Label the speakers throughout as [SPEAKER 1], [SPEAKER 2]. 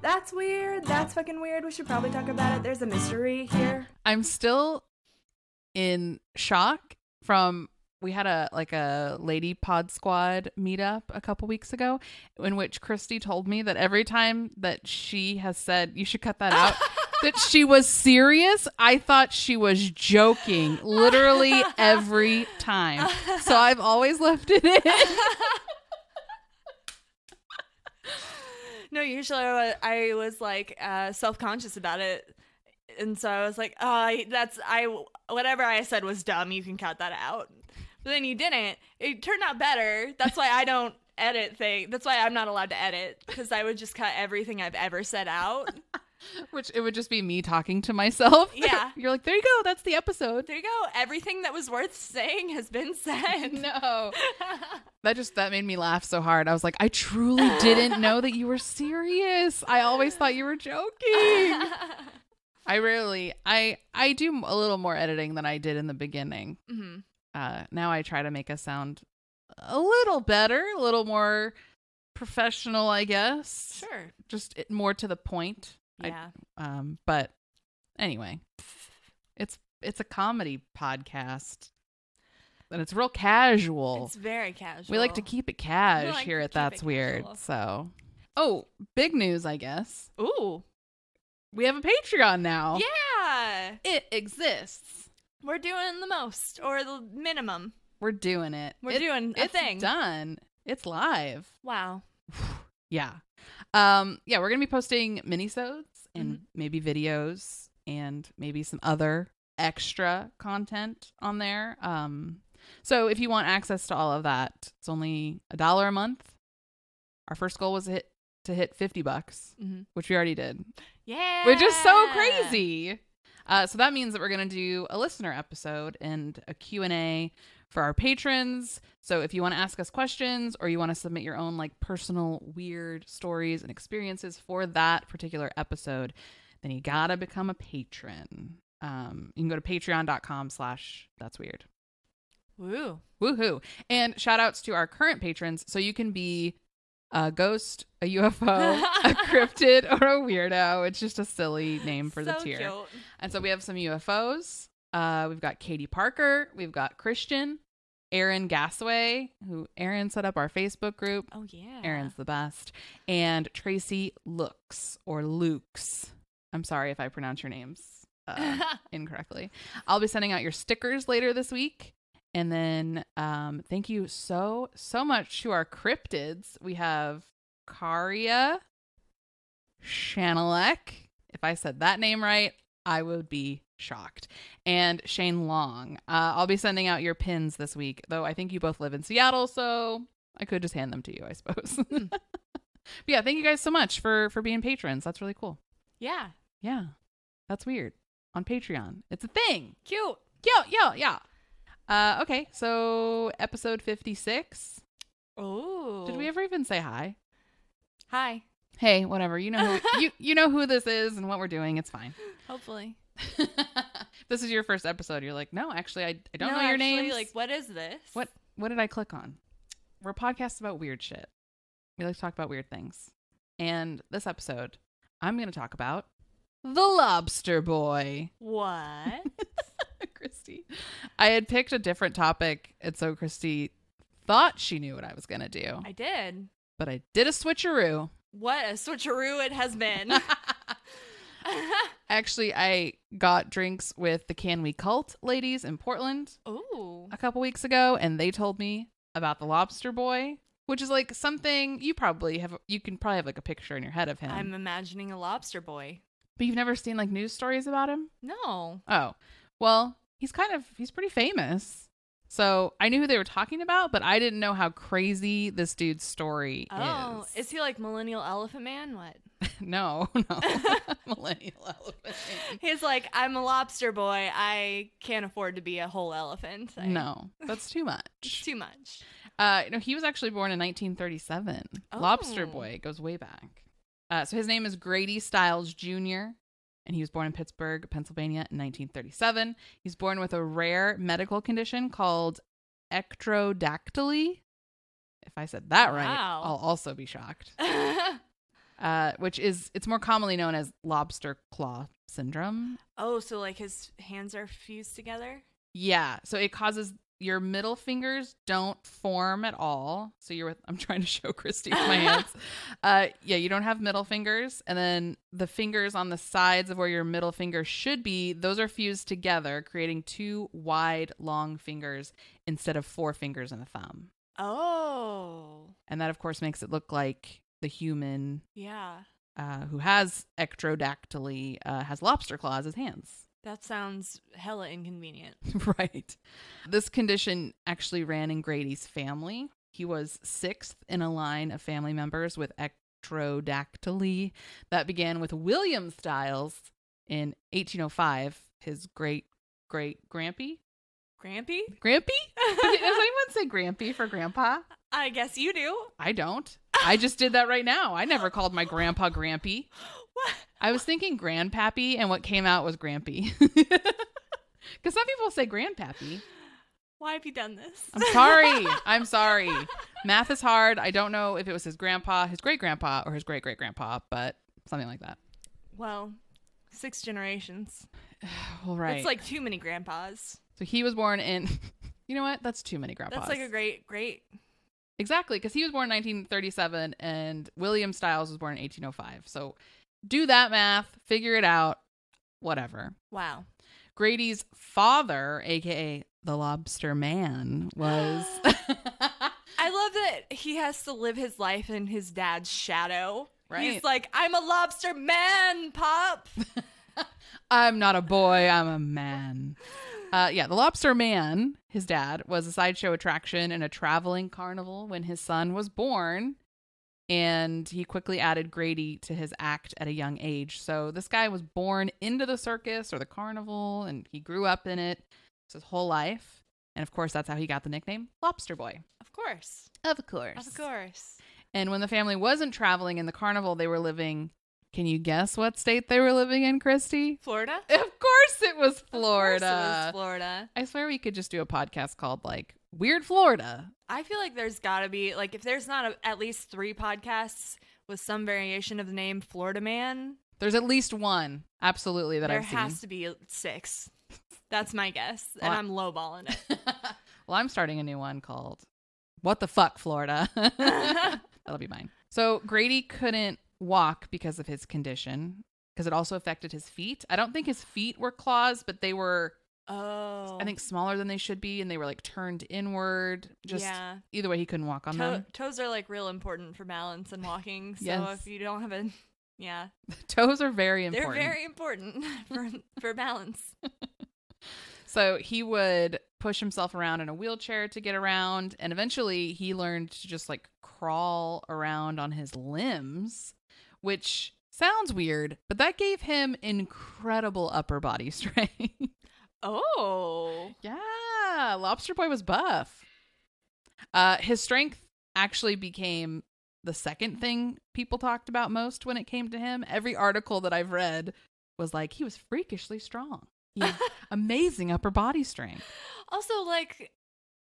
[SPEAKER 1] that's weird. That's fucking weird. We should probably talk about it. There's a mystery here.
[SPEAKER 2] I'm still in shock from we had a like a lady pod squad meetup a couple weeks ago in which Christy told me that every time that she has said you should cut that out that she was serious I thought she was joking literally every time so I've always left it in
[SPEAKER 1] No, usually I wa- I was like uh, self conscious about it. And so I was like, uh, that's, I, whatever I said was dumb. You can cut that out. But then you didn't. It turned out better. That's why I don't edit thing. That's why I'm not allowed to edit because I would just cut everything I've ever said out.
[SPEAKER 2] which it would just be me talking to myself
[SPEAKER 1] Yeah.
[SPEAKER 2] you're like there you go that's the episode
[SPEAKER 1] There you go. Everything that was worth saying has been said.
[SPEAKER 2] no that just that made me laugh so hard i was like i truly didn't know that you were serious i always thought you were joking i rarely i i do a little more editing than i did in the beginning
[SPEAKER 1] hmm
[SPEAKER 2] uh now i try to make us sound a little better a little more professional i guess
[SPEAKER 1] Sure.
[SPEAKER 2] just it, more to the point I-
[SPEAKER 1] Yeah.
[SPEAKER 2] um but anyway it's it's a comedy podcast and it's real casual
[SPEAKER 1] It's very casual.
[SPEAKER 2] we like to keep it cash
[SPEAKER 1] like
[SPEAKER 2] here
[SPEAKER 1] to
[SPEAKER 2] at
[SPEAKER 1] keep
[SPEAKER 2] That's
[SPEAKER 1] it
[SPEAKER 2] Weird.
[SPEAKER 1] casual.
[SPEAKER 2] So, oh, big news, I guess.
[SPEAKER 1] Ooh.
[SPEAKER 2] We have a Patreon now.
[SPEAKER 1] Yeah.
[SPEAKER 2] It exists.
[SPEAKER 1] We're doing the most or the minimum.
[SPEAKER 2] We're doing it.
[SPEAKER 1] We're
[SPEAKER 2] It-
[SPEAKER 1] doing a
[SPEAKER 2] it's
[SPEAKER 1] thing.
[SPEAKER 2] done. It's live.
[SPEAKER 1] Wow.
[SPEAKER 2] Yeah. Um, yeah, we're going to be posting minisodes and maybe videos and maybe some other extra content on there. Um, so if you want access to all of that, it's only a dollar a month. Our first goal was to hit, to hit 50 bucks,
[SPEAKER 1] Mhm.
[SPEAKER 2] which we already did.
[SPEAKER 1] Yeah.
[SPEAKER 2] which is so crazy. Uh, so that means that we're going to do a listener episode and a Q&A for our patrons. So if you want to ask us questions or you want to submit your own like personal weird stories and experiences for that particular episode, then you got to become a patron. Um, you can go to patreon.com slash that's weird.
[SPEAKER 1] Woo.
[SPEAKER 2] Woohoo. And shout outs to our current patrons. So you can be a ghost, a UFO, a cryptid, or a weirdo. It's just a silly name for the
[SPEAKER 1] So
[SPEAKER 2] tier.
[SPEAKER 1] cute.
[SPEAKER 2] And so we have some UFOs. Uh, we've got Katie Parker. We've got Christian, Aaron Gasway, who Aaron set up our Facebook group.
[SPEAKER 1] Oh yeah.
[SPEAKER 2] Aaron's the best. And Tracy Looks or Luke's. I'm sorry if I pronounce your names uh, incorrectly. I'll be sending out your stickers later this week. And then um, thank you so, so much to our cryptids. We have Karia Shanalek. If I said that name right, I would be shocked. And Shane Long. Uh, I'll be sending out your pins this week, though I think you both live in Seattle, so I could just hand them to you, I suppose. but yeah, thank you guys so much for for being patrons. That's really cool.
[SPEAKER 1] yeah.
[SPEAKER 2] Yeah. That's weird. On Patreon. It's a thing.
[SPEAKER 1] Cute.
[SPEAKER 2] Yo, yo, yeah. Uh, okay, so episode 56.
[SPEAKER 1] Oh.
[SPEAKER 2] Did we ever even say hi?
[SPEAKER 1] Hi.
[SPEAKER 2] Hey, whatever. You know who you you know who this is and what we're doing. It's fine.
[SPEAKER 1] Hopefully.
[SPEAKER 2] this is your first episode. You're like, no, actually, I, I don't
[SPEAKER 1] No,
[SPEAKER 2] know your
[SPEAKER 1] actually,
[SPEAKER 2] name.
[SPEAKER 1] Like, what is this?
[SPEAKER 2] what what did I click on? We're podcasts about weird shit. We like to talk about weird things. And this episode, I'm going to talk about the Lobster Boy.
[SPEAKER 1] What?
[SPEAKER 2] Christy, I had picked a different topic, and so Christy thought she knew what I was going to do,
[SPEAKER 1] I did.
[SPEAKER 2] but I did a switcheroo.
[SPEAKER 1] What a switcheroo it has been.
[SPEAKER 2] Actually, I got drinks with the Can We Cult ladies in Portland.
[SPEAKER 1] Ooh.
[SPEAKER 2] a couple weeks ago and they told me about the lobster boy which is like something you probably have you can probably have like a picture in your head of him
[SPEAKER 1] I'm imagining a lobster boy.
[SPEAKER 2] but you've never seen like news stories about him
[SPEAKER 1] No.
[SPEAKER 2] oh well he's kind of he's pretty famous so i knew who they were talking about but i didn't know how crazy this dude's story
[SPEAKER 1] Oh,
[SPEAKER 2] is
[SPEAKER 1] is he like millennial elephant man? What?
[SPEAKER 2] no no millennial elephant
[SPEAKER 1] He's like, I'm a lobster boy. I can't afford to be a whole elephant. I-
[SPEAKER 2] no that's too
[SPEAKER 1] It's
[SPEAKER 2] much
[SPEAKER 1] too much.
[SPEAKER 2] Uh, no, he was actually born in 1937.
[SPEAKER 1] Oh.
[SPEAKER 2] Lobster Boy goes way back. Uh, so his name is Grady Stiles Jr., and he was born in Pittsburgh, Pennsylvania in 1937. He's born with a rare medical condition called ectrodactyly. If I said that right,
[SPEAKER 1] Wow. Oh,
[SPEAKER 2] I'll also be shocked. uh, which is it's more commonly known as lobster claw syndrome.
[SPEAKER 1] Oh, so like his hands are fused together?
[SPEAKER 2] Yeah, so it causes your middle fingers don't form at all. So you're with I'm trying to show Christy with my hands. Uh, yeah, you don't have middle fingers, and then the fingers on the sides of where your middle finger should be, those are fused together, creating two wide, long fingers instead of four fingers and a thumb.
[SPEAKER 1] Oh.
[SPEAKER 2] And that, of course, makes it look like the human
[SPEAKER 1] Yeah.
[SPEAKER 2] uh, who has ectrodactyly uh, has lobster claws as hands.
[SPEAKER 1] That sounds hella inconvenient.
[SPEAKER 2] right. This condition actually ran in Grady's family. He was sixth in a line of family members with ectrodactyly that began with William Stiles in 1805, his great great grampy.
[SPEAKER 1] Grampy?
[SPEAKER 2] Grampy? Does anyone say grampy for grandpa?
[SPEAKER 1] I guess you do.
[SPEAKER 2] I don't. I just did that right now. I never called my grandpa grampy.
[SPEAKER 1] What?
[SPEAKER 2] I was thinking grandpappy, and what came out was grampy. Because some people say grandpappy.
[SPEAKER 1] Why have you done this?
[SPEAKER 2] I'm sorry. I'm sorry. Math is hard. I don't know if it was his grandpa, his great grandpa, or his great great grandpa, but something like that.
[SPEAKER 1] well, six generations.
[SPEAKER 2] All right.
[SPEAKER 1] It's like too many grandpas.
[SPEAKER 2] so he was born in. You know what? That's too many grandpas.
[SPEAKER 1] That's like a great, great.
[SPEAKER 2] Exactly, because he was born in 1937 and William Stiles was born in 1805. So do that math, figure it out, whatever.
[SPEAKER 1] Wow.
[SPEAKER 2] Grady's father, aka the Lobster Man, was.
[SPEAKER 1] I love that he has to live his life in his dad's shadow.
[SPEAKER 2] Right.
[SPEAKER 1] He's like, I'm a lobster man, Pop.
[SPEAKER 2] I'm not a boy, I'm a man. Uh, yeah, the Lobster Man, his dad, was a sideshow attraction and a traveling carnival when his son was born. And he quickly added Grady to his act at a young age. So this guy was born into the circus or the carnival and he grew up in it It's his whole life. And of course, that's how he got the nickname Lobster Boy.
[SPEAKER 1] Of course.
[SPEAKER 2] Of course.
[SPEAKER 1] Of course.
[SPEAKER 2] And when the family wasn't traveling in the carnival, they were living. Can you guess what state they were living in, Christy?
[SPEAKER 1] Florida?
[SPEAKER 2] Of course it
[SPEAKER 1] Of course
[SPEAKER 2] was
[SPEAKER 1] it was
[SPEAKER 2] Florida.
[SPEAKER 1] Florida.
[SPEAKER 2] I swear we could just do a podcast called like Weird Florida.
[SPEAKER 1] I feel like there's got to be, like, if there's not a, at least three podcasts with some variation of the name Florida Man,
[SPEAKER 2] There's at least one, absolutely, that
[SPEAKER 1] there
[SPEAKER 2] I've
[SPEAKER 1] has
[SPEAKER 2] seen.
[SPEAKER 1] to be six. That's my guess. And
[SPEAKER 2] Well, I-
[SPEAKER 1] I'm lowballing it.
[SPEAKER 2] well, I'm starting a new one called What the Fuck Florida. That'll be mine. So Grady couldn't walk because of his condition, because it also affected his feet. I don't think his feet were claws, but they were,
[SPEAKER 1] Oh.
[SPEAKER 2] I think, smaller than they should be, and they were like turned inward. Just
[SPEAKER 1] yeah.
[SPEAKER 2] either way, he couldn't walk on
[SPEAKER 1] To-
[SPEAKER 2] them.
[SPEAKER 1] toes are like real important for balance and walking. So
[SPEAKER 2] Yes.
[SPEAKER 1] if you don't have a, yeah,
[SPEAKER 2] Toes are very important.
[SPEAKER 1] they're very important for for balance.
[SPEAKER 2] So he would push himself around in a wheelchair to get around. And eventually he learned to just like crawl around on his limbs, which sounds weird, but that gave him incredible upper body strength.
[SPEAKER 1] Oh,
[SPEAKER 2] yeah. Lobster Boy was buff. Uh, his strength actually became the second thing people talked about most when it came to him. Every article that I've read was like, he was freakishly strong. He had amazing upper body strength.
[SPEAKER 1] also like.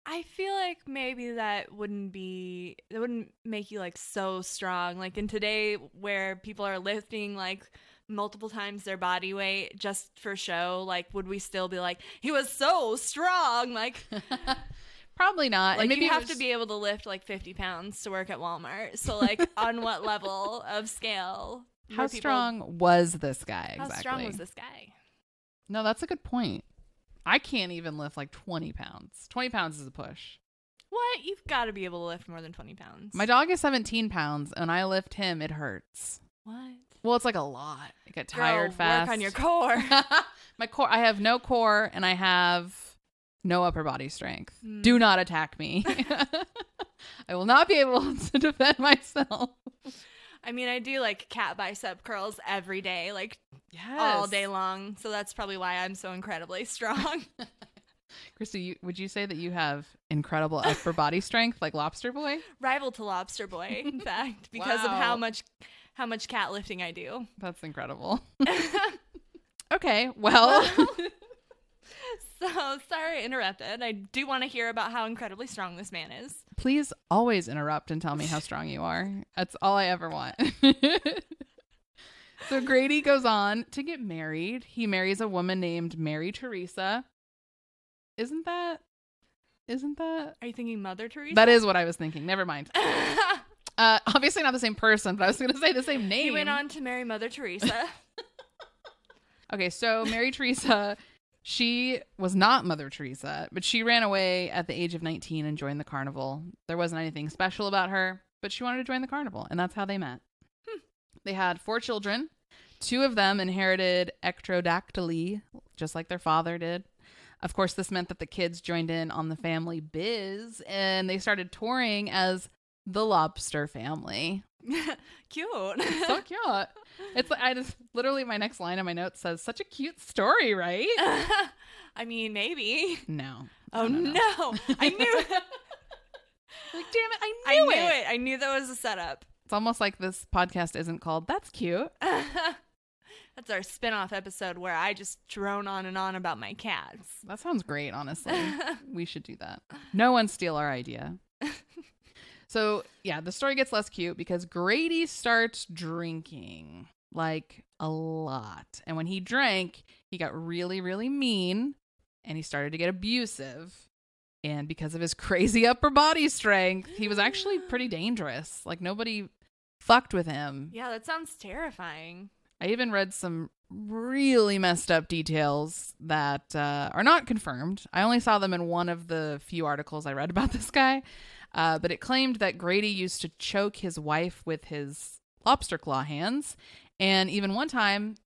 [SPEAKER 1] I feel like maybe that wouldn't be that wouldn't make you like so strong. Like in today where people are lifting like multiple times their body weight just for show, like would we still be like he was so strong? Like
[SPEAKER 2] Probably not.
[SPEAKER 1] Like
[SPEAKER 2] and maybe
[SPEAKER 1] you
[SPEAKER 2] it
[SPEAKER 1] have
[SPEAKER 2] was-
[SPEAKER 1] to be able to lift like 50 pounds to work at Walmart. So like on what level of scale? were
[SPEAKER 2] How
[SPEAKER 1] people-
[SPEAKER 2] strong was this guy
[SPEAKER 1] How
[SPEAKER 2] exactly?
[SPEAKER 1] strong was this guy?
[SPEAKER 2] No, that's a good point. I can't even lift like 20 pounds. 20 pounds is a push.
[SPEAKER 1] What? You've got to be able to lift more than 20 pounds.
[SPEAKER 2] My dog is 17 pounds, and I lift him. It hurts.
[SPEAKER 1] what?
[SPEAKER 2] Well, it's like a lot. I get tired
[SPEAKER 1] Girl,
[SPEAKER 2] fast.
[SPEAKER 1] Work on your core.
[SPEAKER 2] My core. I have no core, and I have no upper body strength.
[SPEAKER 1] Hmm.
[SPEAKER 2] Do not attack me. I will not be able to defend myself.
[SPEAKER 1] I mean, I do like cat bicep curls every day, like
[SPEAKER 2] Yes.
[SPEAKER 1] all day long. So that's probably why I'm so incredibly strong.
[SPEAKER 2] Christy, you, would you say that you have incredible upper body strength, like Lobster Boy?
[SPEAKER 1] Rival to Lobster Boy, in fact, because of
[SPEAKER 2] Wow.
[SPEAKER 1] how much how much cat lifting I do.
[SPEAKER 2] Oh. That's incredible. okay, well,
[SPEAKER 1] So sorry I interrupted. I do want to hear about how incredibly strong this man is.
[SPEAKER 2] Please always interrupt and tell me how strong you are. That's all I ever want. so Grady goes on to get married. He marries a woman named Mary Teresa. Isn't that? Isn't that?
[SPEAKER 1] Are you thinking Mother Teresa?
[SPEAKER 2] That is what I was thinking. Never mind. Uh, obviously not the same person, but I was going to say the same name.
[SPEAKER 1] he went on to marry Mother Teresa.
[SPEAKER 2] Okay, so Mary Teresa, she was not Mother Teresa, but she ran away at the age of 19 and joined the carnival. There wasn't anything special about her, but she wanted to join the carnival, and that's how they met. They had four children. Two of them inherited ectrodactyly, just like their father did. Of course, this meant that the kids joined in on the family biz and they started touring as the Lobster Family.
[SPEAKER 1] Cute.
[SPEAKER 2] So cute. It's like I just literally my next line in my notes says such a cute story, right?
[SPEAKER 1] I mean, maybe.
[SPEAKER 2] No.
[SPEAKER 1] Oh
[SPEAKER 2] no.
[SPEAKER 1] no! I knew.
[SPEAKER 2] Like, damn it, I
[SPEAKER 1] I
[SPEAKER 2] knew,
[SPEAKER 1] knew
[SPEAKER 2] it.
[SPEAKER 1] it. I knew that was a setup.
[SPEAKER 2] It's almost like this podcast isn't called That's Cute.
[SPEAKER 1] That's our spin-off episode where I just drone on and on about my cats.
[SPEAKER 2] That sounds great, honestly. we should do that. No one steal our idea. so, yeah, the story gets less cute because Grady starts drinking like a lot. And when he drank, he got really, really mean and he started to get abusive. And because of his crazy upper body strength, he was actually pretty dangerous. Like, nobody fucked with him.
[SPEAKER 1] yeah, that sounds terrifying.
[SPEAKER 2] I even read some really messed up details that uh, are not confirmed. I only saw them in one of the few articles I read about this guy, uh, but it claimed that Grady used to choke his wife with his lobster claw hands. And even one time,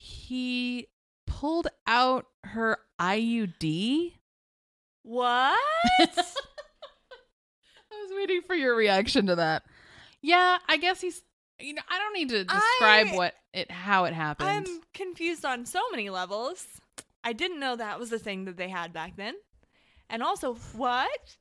[SPEAKER 2] he pulled out her IUD.
[SPEAKER 1] What?
[SPEAKER 2] I was waiting for your reaction to that. Yeah, I guess he's. You know, I don't need to describe
[SPEAKER 1] I-
[SPEAKER 2] what it how it happened.
[SPEAKER 1] I'm confused on so many levels. I didn't know that was the thing that they had back then. And also, what?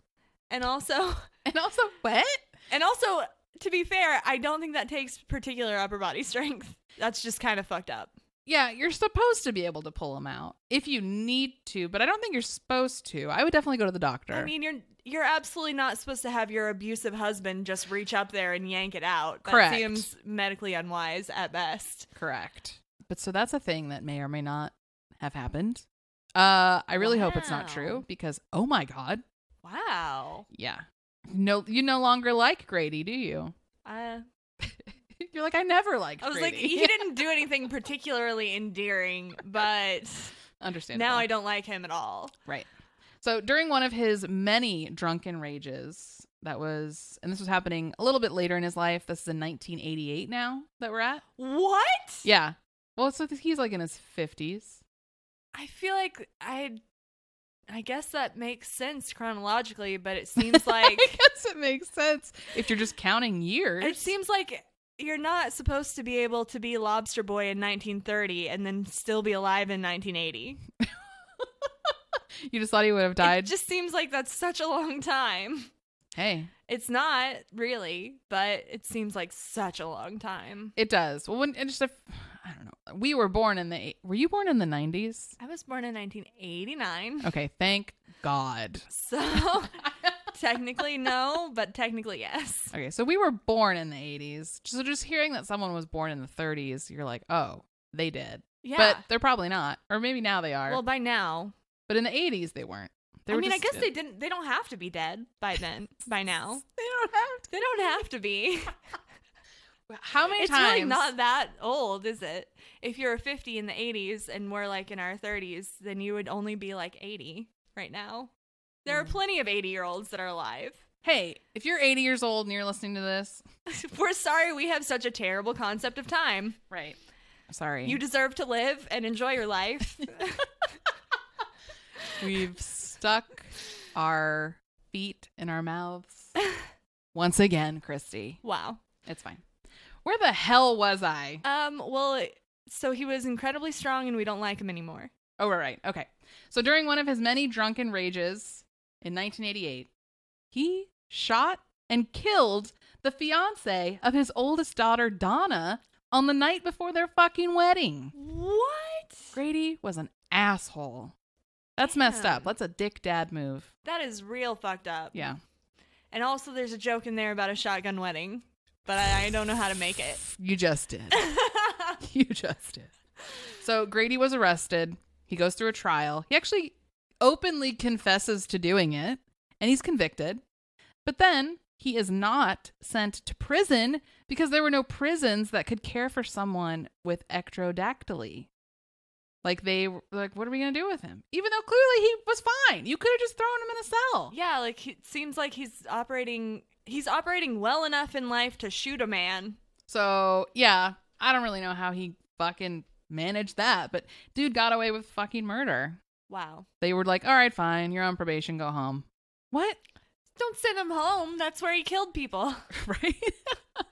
[SPEAKER 1] And also,
[SPEAKER 2] and also what?
[SPEAKER 1] and also, to be fair, I don't think that takes particular upper body strength. That's just kind of fucked up.
[SPEAKER 2] Yeah, you're supposed to be able to pull them out if you need to, but I don't think you're supposed to. I would definitely go to the doctor.
[SPEAKER 1] I mean, you're you're absolutely not supposed to have your abusive husband just reach up there and yank it out. That
[SPEAKER 2] Correct.
[SPEAKER 1] seems medically unwise at best.
[SPEAKER 2] correct. But so that's a thing that may or may not have happened. Uh, I really hope it's not
[SPEAKER 1] Wow.
[SPEAKER 2] true because oh my god,
[SPEAKER 1] Wow.
[SPEAKER 2] yeah. No, you no longer like Grady, do you?
[SPEAKER 1] Uh,
[SPEAKER 2] You're like I never liked.
[SPEAKER 1] I was like,
[SPEAKER 2] Grady.
[SPEAKER 1] he didn't do anything particularly endearing, but
[SPEAKER 2] understandable.
[SPEAKER 1] now I don't like him at all.
[SPEAKER 2] Right. So during one of his many drunken rages, that was, and this was happening a little bit later in his life. This is in 1988 now that we're at.
[SPEAKER 1] What?
[SPEAKER 2] Yeah. Well, so he's like in his 50s.
[SPEAKER 1] I feel like I. I guess that makes sense chronologically, but it seems like
[SPEAKER 2] I guess it makes sense if you're just counting years.
[SPEAKER 1] it seems like you're not supposed to be able to be Lobster Boy in 1930 and then still be alive in 1980.
[SPEAKER 2] you just thought he would have died.
[SPEAKER 1] It just seems like that's such a long time.
[SPEAKER 2] hey,
[SPEAKER 1] It's not really, but it seems like such a long time.
[SPEAKER 2] it does. Well, when and just a, I don't know. We were born in the. eight- Were you born in the 90s?
[SPEAKER 1] I was born in 1989.
[SPEAKER 2] Okay, thank God.
[SPEAKER 1] So technically no, but technically yes.
[SPEAKER 2] Okay, so we were born in the 80s. So just hearing that someone was born in the 30s, you're like, oh, they did.
[SPEAKER 1] Yeah.
[SPEAKER 2] But they're probably not, or maybe now they are.
[SPEAKER 1] well, by now.
[SPEAKER 2] but in the 80s, they weren't. They
[SPEAKER 1] I
[SPEAKER 2] were
[SPEAKER 1] mean, I
[SPEAKER 2] just-
[SPEAKER 1] guess they didn't they don't have to be dead by then by now.
[SPEAKER 2] They don't have.
[SPEAKER 1] They don't have to be.
[SPEAKER 2] To. How many
[SPEAKER 1] it's
[SPEAKER 2] times?
[SPEAKER 1] really not that old, is it? If you're 50 in the 80s and we're like in our 30s, then you would only be like 80 right now. There
[SPEAKER 2] Mm.
[SPEAKER 1] are plenty of 80 year olds that are alive.
[SPEAKER 2] Hey, if you're 80 years old and you're listening to this,
[SPEAKER 1] We're sorry we have such a terrible concept of time.
[SPEAKER 2] right? Sorry,
[SPEAKER 1] You deserve to live and enjoy your life.
[SPEAKER 2] we've stuck our feet in our mouths once again, Christy.
[SPEAKER 1] wow.
[SPEAKER 2] It's fine. Where the hell was I?
[SPEAKER 1] Um, well, so he was incredibly strong and we don't like him anymore.
[SPEAKER 2] Oh, right, right. Okay. So during one of his many drunken rages in 1988, he shot and killed the fiance of his oldest daughter, Donna, on the night before their fucking wedding.
[SPEAKER 1] What?
[SPEAKER 2] Grady was an asshole. That's messed
[SPEAKER 1] Damn.
[SPEAKER 2] up. That's a dick dad move.
[SPEAKER 1] That is real fucked up.
[SPEAKER 2] Yeah.
[SPEAKER 1] And also, there's a joke in there about a shotgun wedding, but I, I don't know how to make it.
[SPEAKER 2] You just did. you just did. So Grady was arrested. He goes through a trial. He actually openly confesses to doing it, and he's convicted. But then he is not sent to prison because there were no prisons that could care for someone with ectrodactyly. Like they were like, what are we gonna do with him? Even though clearly he was fine. You could have just thrown him in a cell.
[SPEAKER 1] yeah, like he- it seems like he's operating. He's operating well enough in life to shoot a man.
[SPEAKER 2] So yeah, I don't really know how he fucking managed that, but dude got away with fucking murder.
[SPEAKER 1] Wow.
[SPEAKER 2] They were like, all right, fine, you're on probation, go home. What?
[SPEAKER 1] Don't send him home. That's where he killed people.
[SPEAKER 2] right?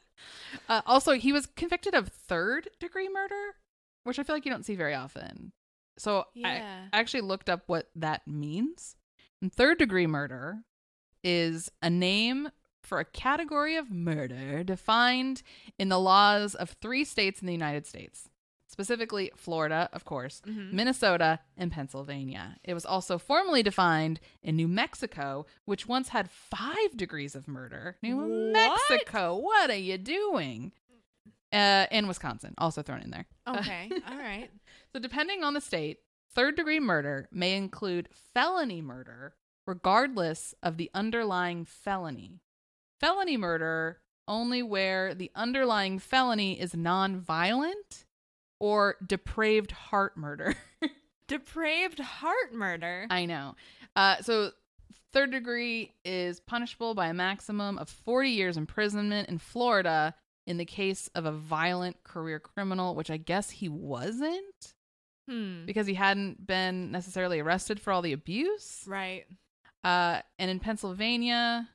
[SPEAKER 2] uh, also, he was convicted of third degree murder, which I feel like you don't see very often. So
[SPEAKER 1] Yeah.
[SPEAKER 2] I actually looked up what that means. And third degree murder is a name for a category of murder defined in the laws of three states in the United States, specifically Florida, of course,
[SPEAKER 1] Mhm.
[SPEAKER 2] Minnesota, and Pennsylvania. It was also formally defined in New Mexico, which once had five degrees of murder. New
[SPEAKER 1] What?
[SPEAKER 2] Mexico, what are you doing? Uh, and Wisconsin, also thrown in there.
[SPEAKER 1] Okay. All right.
[SPEAKER 2] So, depending on the state, third degree murder may include felony murder, regardless of the underlying felony. Felony murder only where the underlying felony is nonviolent or depraved heart murder.
[SPEAKER 1] Depraved heart murder.
[SPEAKER 2] I know. Uh, so, third degree is punishable by a maximum of 40 years imprisonment in Florida in the case of a violent career criminal, which I guess he wasn't
[SPEAKER 1] hmm.
[SPEAKER 2] because he hadn't been necessarily arrested for all the abuse.
[SPEAKER 1] Right.
[SPEAKER 2] Uh, and in Pennsylvania,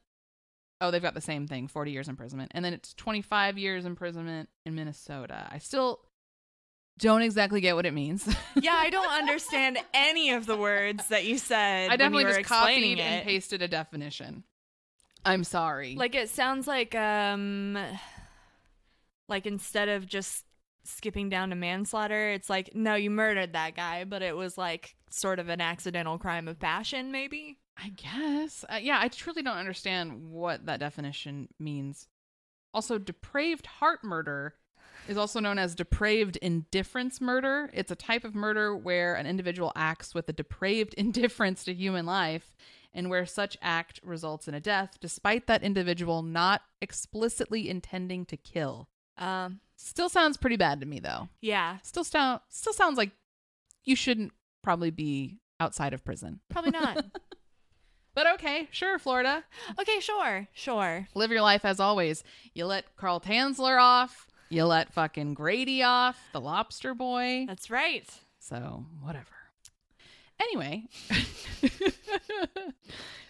[SPEAKER 2] oh, they've got the same thing 40 years imprisonment. And then it's 25 years imprisonment in Minnesota. I still don't exactly get what it means.
[SPEAKER 1] Yeah, I don't understand any of the words that you said.
[SPEAKER 2] I definitely
[SPEAKER 1] when you were
[SPEAKER 2] just copied
[SPEAKER 1] explaining
[SPEAKER 2] and
[SPEAKER 1] it.
[SPEAKER 2] pasted a definition. I'm sorry.
[SPEAKER 1] Like it sounds like um like instead of just skipping down to manslaughter, it's like no, you murdered that guy, but it was like sort of an accidental crime of passion maybe.
[SPEAKER 2] I guess. Uh, yeah, I truly don't understand what that definition means. Also, depraved heart murder is also known as depraved indifference murder. It's a type of murder where an individual acts with a depraved indifference to human life and where such act results in a death despite that individual not explicitly intending to kill.
[SPEAKER 1] Um
[SPEAKER 2] Still sounds pretty bad to me though.
[SPEAKER 1] yeah,
[SPEAKER 2] Still sound still sounds like you shouldn't probably be outside of prison.
[SPEAKER 1] probably not.
[SPEAKER 2] But okay, sure, Florida.
[SPEAKER 1] okay, sure. Sure.
[SPEAKER 2] live your life as always. You let Carl Tanzler off. You let fucking Grady off, the lobster boy.
[SPEAKER 1] That's right.
[SPEAKER 2] So, whatever. Anyway,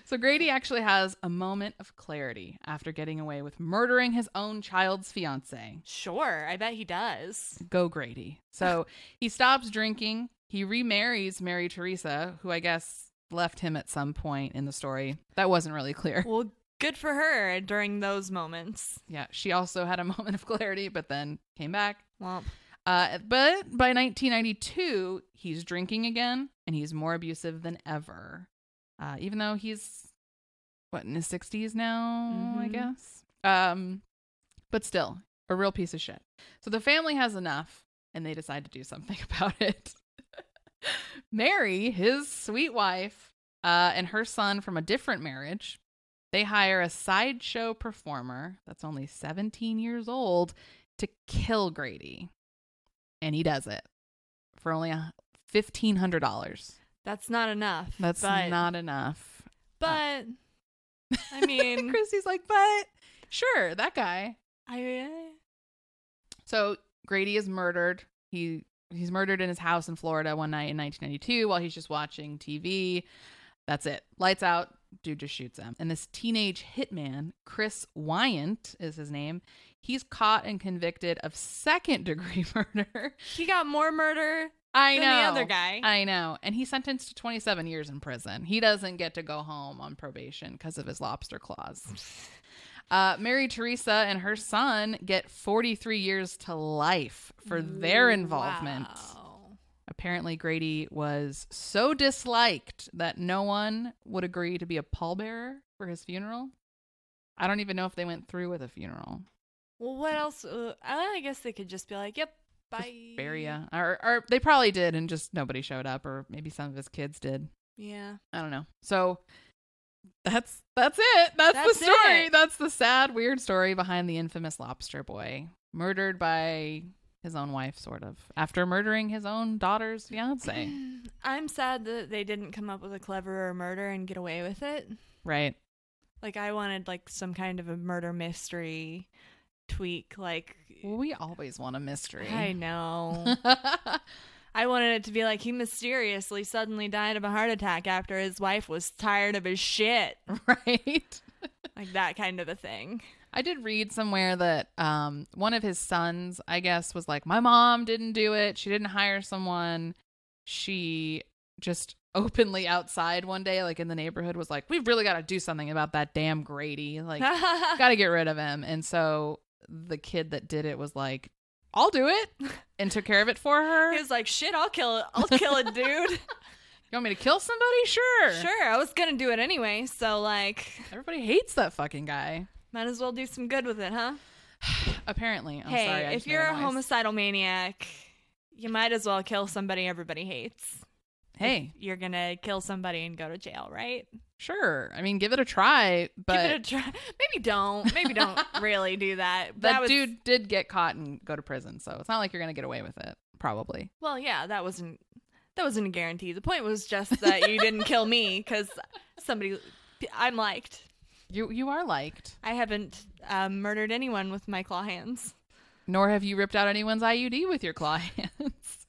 [SPEAKER 2] so Grady actually has a moment of clarity after getting away with murdering his own child's fiance.
[SPEAKER 1] Sure. I bet he does.
[SPEAKER 2] Go, Grady. So, he stops drinking. He remarries Mary Teresa, who I guess left him at some point in the story. That wasn't really clear.
[SPEAKER 1] Well, good for her during those moments.
[SPEAKER 2] Yeah, she also had a moment of clarity, but then came back.
[SPEAKER 1] Well,
[SPEAKER 2] Uh, but by 1992, he's drinking again and he's more abusive than ever. Uh, even though he's, what, in his 60s now, I
[SPEAKER 1] Mhm.
[SPEAKER 2] guess? Um, but still, a real piece of shit. So the family has enough and they decide to do something about it. Mary, his sweet wife, uh, and her son from a different marriage, they hire a sideshow performer that's only 17 years old to kill Grady. And he does it for only a $1,500.
[SPEAKER 1] that's not enough.
[SPEAKER 2] That's
[SPEAKER 1] but,
[SPEAKER 2] not enough.
[SPEAKER 1] But I mean,
[SPEAKER 2] Christy's like, but sure, that guy.
[SPEAKER 1] I uh,
[SPEAKER 2] So Grady is murdered. He he's murdered in his house in Florida one night in 1992 while he's just watching TV. That's it. Lights out. Dude just shoots him. And this teenage hitman, Chris Wyant is his name. He's caught and convicted of second degree murder.
[SPEAKER 1] he got more murder
[SPEAKER 2] I
[SPEAKER 1] than
[SPEAKER 2] know
[SPEAKER 1] the other guy.
[SPEAKER 2] I know. And he's sentenced to 27 years in prison. He doesn't get to go home on probation because of his lobster claws. Uh, Mary Teresa and her son get 43 years to life for their involvement,
[SPEAKER 1] Wow.
[SPEAKER 2] Apparently, Grady was so disliked that no one would agree to be a pallbearer for his funeral. I don't even know if they went through with a funeral.
[SPEAKER 1] Well, what else? Uh, I guess they could just be like, "Yep,
[SPEAKER 2] Just
[SPEAKER 1] bye."
[SPEAKER 2] Bury ya. uh, Or, or they probably did, and just nobody showed up, or maybe some of his kids did.
[SPEAKER 1] Yeah.
[SPEAKER 2] I don't know. So that's that's it. That's,
[SPEAKER 1] That's
[SPEAKER 2] the story.
[SPEAKER 1] it.
[SPEAKER 2] That's the sad, weird story behind the infamous lobster boy, murdered by his own wife, sort of, after murdering his own daughter's fiance.
[SPEAKER 1] I'm sad that they didn't come up with a cleverer murder and get away with it.
[SPEAKER 2] right.
[SPEAKER 1] Like I wanted like some kind of a murder mystery tweak. Like
[SPEAKER 2] Well, we always want a mystery.
[SPEAKER 1] I know. I wanted it to be like he mysteriously suddenly died of a heart attack after his wife was tired of his shit.
[SPEAKER 2] right.
[SPEAKER 1] Like that kind of a thing.
[SPEAKER 2] I did read somewhere that um, one of his sons, I guess, was like, My mom didn't do it. She didn't hire someone. She just openly outside one day, like in the neighborhood, was like, We've really got to do something about that damn Grady. Like, got to get rid of him. And so the kid that did it was like, I'll do it and took care of it for her.
[SPEAKER 1] he
[SPEAKER 2] You
[SPEAKER 1] was like, "Shit, I'll kill I'll kill a dude."
[SPEAKER 2] want me to kill somebody? Sure.
[SPEAKER 1] sure, I was going to do it anyway, so like
[SPEAKER 2] Everybody hates that fucking guy.
[SPEAKER 1] might as well do some good with it, huh?
[SPEAKER 2] Apparently. I'm
[SPEAKER 1] hey,
[SPEAKER 2] sorry. I
[SPEAKER 1] if
[SPEAKER 2] just made
[SPEAKER 1] you're a
[SPEAKER 2] noise.
[SPEAKER 1] homicidal maniac, you might as well kill somebody everybody hates.
[SPEAKER 2] Hey,
[SPEAKER 1] You're gonna kill somebody and go to jail, right?
[SPEAKER 2] sure. I mean, give it a try, but.
[SPEAKER 1] Give it a try. Maybe don't. Maybe don't really do that.
[SPEAKER 2] that,
[SPEAKER 1] was,
[SPEAKER 2] dude did get caught and go to prison, so it's not like you're gonna get away with it. Probably.
[SPEAKER 1] Well, yeah, that wasn't that wasn't a guarantee. The point was just that you didn't kill me because somebody. I'm liked.
[SPEAKER 2] You you are liked.
[SPEAKER 1] I haven't um, murdered anyone with my claw hands.
[SPEAKER 2] Nor have you ripped out anyone's IUD with your claw hands.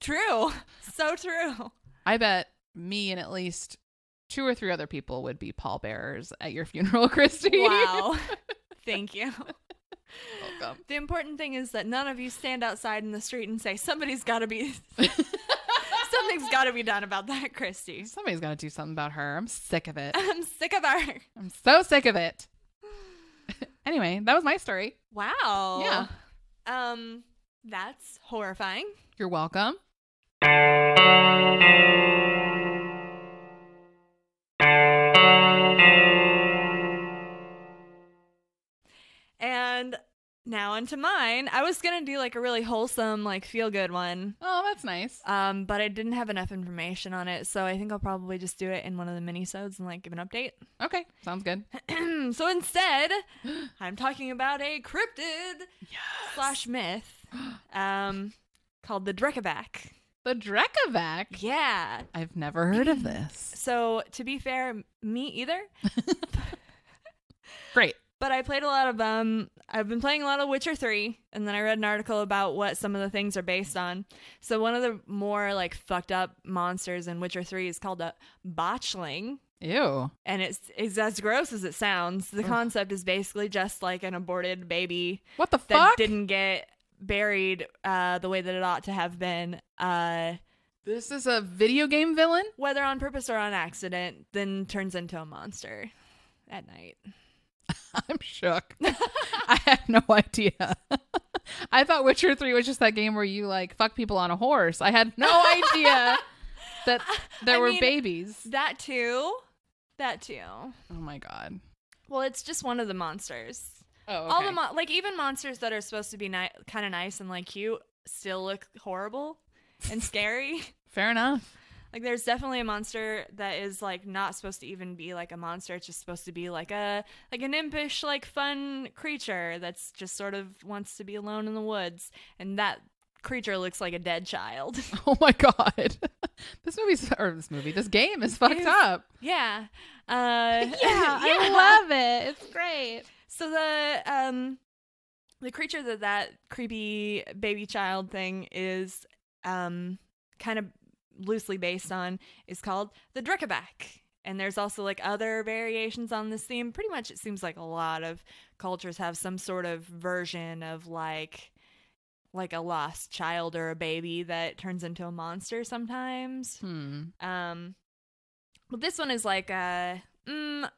[SPEAKER 1] True. So true.
[SPEAKER 2] I bet me and at least two or three other people would be pallbearers at your funeral, Christy.
[SPEAKER 1] Wow. Thank you.
[SPEAKER 2] Welcome.
[SPEAKER 1] The important thing is that none of you stand outside in the street and say, somebody's got to be, something's got to be done about that, Christy.
[SPEAKER 2] Somebody's gotta do something about her. I'm sick of it.
[SPEAKER 1] I'm sick of our.
[SPEAKER 2] I'm so sick of it. anyway, that was my story.
[SPEAKER 1] Wow.
[SPEAKER 2] Yeah.
[SPEAKER 1] Um, that's horrifying.
[SPEAKER 2] You're welcome.
[SPEAKER 1] And now onto mine. I was gonna do like a really wholesome, like feel good one.
[SPEAKER 2] Oh, that's nice.
[SPEAKER 1] Um, but I didn't have enough information on it, so I think I'll probably just do it in one of the minisodes and like give an update.
[SPEAKER 2] Okay. Sounds good.
[SPEAKER 1] so instead, I'm talking about a cryptid slash myth um, called the Drekovac.
[SPEAKER 2] The Drekovac.
[SPEAKER 1] Yeah.
[SPEAKER 2] I've never heard of this.
[SPEAKER 1] So to be fair, m- me either.
[SPEAKER 2] Great.
[SPEAKER 1] But I played a lot of um I've been playing a lot of Witcher 3 and then I read an article about what some of the things are based on. So one of the more like fucked up monsters in Witcher 3 is called a botchling
[SPEAKER 2] Ew.
[SPEAKER 1] and it's, it's as gross as it sounds. The concept is basically just like an aborted baby
[SPEAKER 2] What the
[SPEAKER 1] that
[SPEAKER 2] fuck?
[SPEAKER 1] didn't get buried uh the way that it ought to have been uh
[SPEAKER 2] this is a video game villain?
[SPEAKER 1] whether on purpose or on accident then turns into a monster at night.
[SPEAKER 2] I'm shook. I had no idea. I thought Witcher 3 was just that game where you like fuck people on a horse. I had no idea that there
[SPEAKER 1] I
[SPEAKER 2] were
[SPEAKER 1] mean-
[SPEAKER 2] babies.
[SPEAKER 1] That too. That too.
[SPEAKER 2] Oh my god.
[SPEAKER 1] Well, it's just one of the monsters.
[SPEAKER 2] Oh,
[SPEAKER 1] All the mon like even monsters that are supposed to be ni- kind of nice and like cute still look horrible and scary.
[SPEAKER 2] Fair enough.
[SPEAKER 1] Like there's definitely a monster that is like not supposed to even be like a monster. It's just supposed to be like a like an impish like fun creature that's just sort of wants to be alone in the woods and that creature looks like a dead child.
[SPEAKER 2] Oh my god. this movie's or this movie, this game is fucked
[SPEAKER 1] It's-
[SPEAKER 2] up.
[SPEAKER 1] yeah. Uh yeah.
[SPEAKER 2] love it. It's great.
[SPEAKER 1] So the um the creature that that creepy baby child thing is um kind of loosely based on is called the Drekovac. And there's also like other variations on this theme. Pretty much it seems like a lot of cultures have some sort of version of like like a lost child or a baby that turns into a monster sometimes.
[SPEAKER 2] Hmm.
[SPEAKER 1] Um, but this one is like uh mm,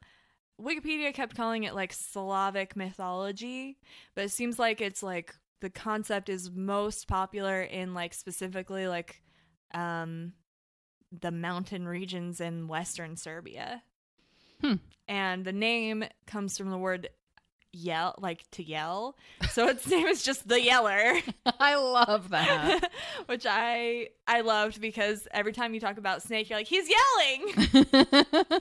[SPEAKER 1] Wikipedia kept calling it like Slavic mythology, but it seems like it's like the concept is most popular in like specifically like um, the mountain regions in western Serbia.
[SPEAKER 2] Hmm.
[SPEAKER 1] And the name comes from the word yell, like to yell. So its name is just the Yeller.
[SPEAKER 2] I love that.
[SPEAKER 1] Which I I loved because every time you talk about Snake, you're like, he's yelling. Um,